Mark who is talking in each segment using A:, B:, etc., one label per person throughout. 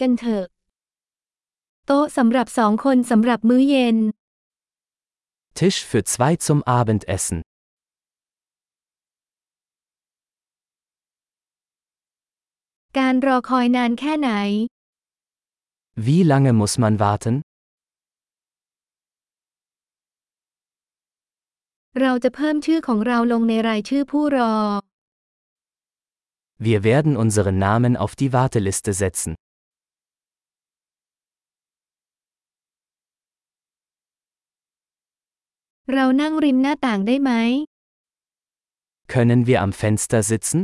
A: กันเถอะ โต๊ะสำหรับสองคนสำหรับมื้อเย็น
B: Tisch für zwei zum Abendessen.
A: การรอคอยนานแค่ไหน
B: Wie lange muss man warten?
A: เราจะเพิ่มชื่อของเราลงในรายชื่อผู้รอ
B: Wir werden unseren Namen auf die Warteliste setzen.
A: เรานั่งริมหน้าต่างได้ไหม
B: Können wir am Fenster sitzen?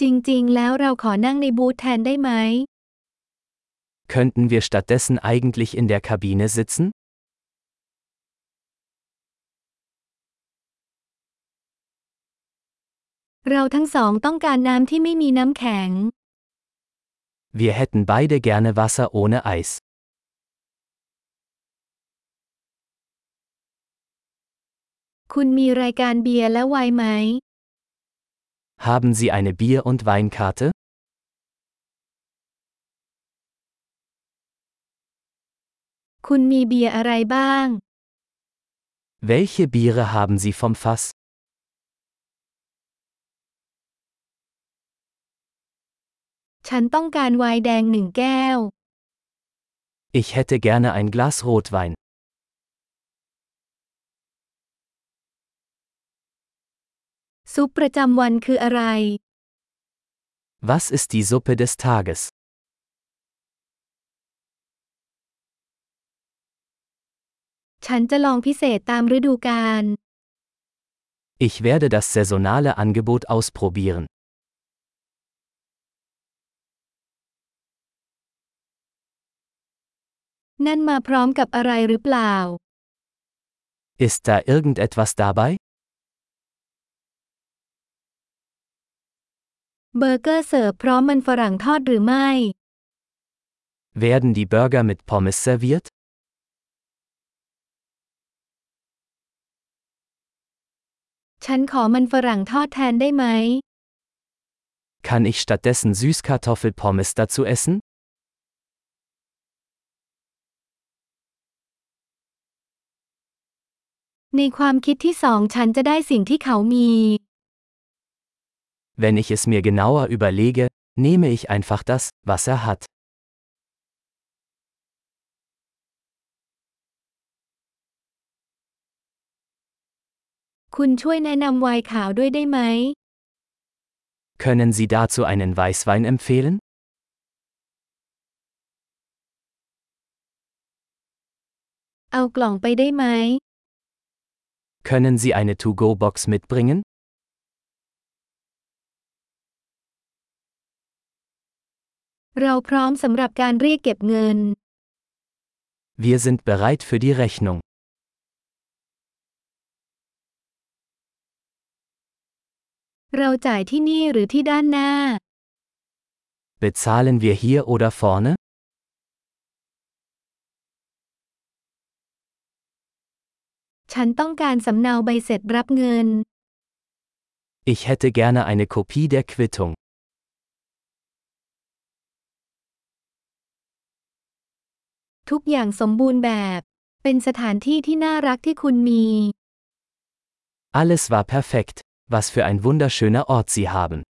A: จริงๆ แล้วเราขอนั่งในบูธแทนได้ไหม
B: Könnten wir stattdessen eigentlich in der Kabine sitzen?
A: เราทั้งสองต้องการน้ำที่ไม่มีน้ำแข็ง
B: Wir hätten beide gerne Wasser ohne Eis.
A: คุณมีรายการเบียร์และไวน์ไหม
B: Haben Sie eine Bier- und Weinkarte?
A: คุณมีเบียร์อะไรบ้าง
B: Welche Biere haben Sie vom Fass?
A: ฉันต้องการไวน์แดงหนึ่งแก้ว
B: Ich hätte gerne ein Glas Rotwein.
A: ซุปประจำวันคืออะไร
B: Was ist die Suppe des Tages?
A: ฉันจะลองพิเศษตามฤดูกาล
B: Ich werde das saisonale Angebot ausprobieren.
A: นั่นมาพร้อมกับอะไรหรือเปล่า
B: Ist da irgendetwas dabei?
A: เบอร์เกอร์เสิร์ฟพร้อมมันฝรั่งทอดหรือไม่
B: Werden die Burger mit Pommes serviert?
A: ฉันขอมันฝรั่งทอดแทนได้ไหม
B: Kann ich stattdessen Süßkartoffelpommes dazu essen?
A: ในความคิดที่สองฉันจะได้สิ่งที่เขามี
B: Wenn ich es mir genauer überlege, nehme ich einfach das, was er hat.
A: คุณช่วยแนะนำไวน์ขาวด้วยได้ไหม
B: Können Sie dazu einen Weißwein empfehlen?
A: เอากล่องไปได้ไหม
B: Können Sie eine To-Go-Box mitbringen?
A: เราพร้อมสำหรับการเรียกเก็บเงิน
B: Wir sind bereit für die Rechnung.
A: เราจ่ายที่นี่หรือที่ด้านหน้า
B: Bezahlen wir hier oder vorne?
A: ฉันต้องการสำเนาใบเสร็จรับเงิน
B: Ich hätte gerne eine Kopie der Quittung.
A: ทุกอย่างสมบูรณ์แบบ เป็นสถานที่ที่น่ารักที่คุณมี
B: Alles war perfekt. Was für ein wunderschöner Ort Sie haben.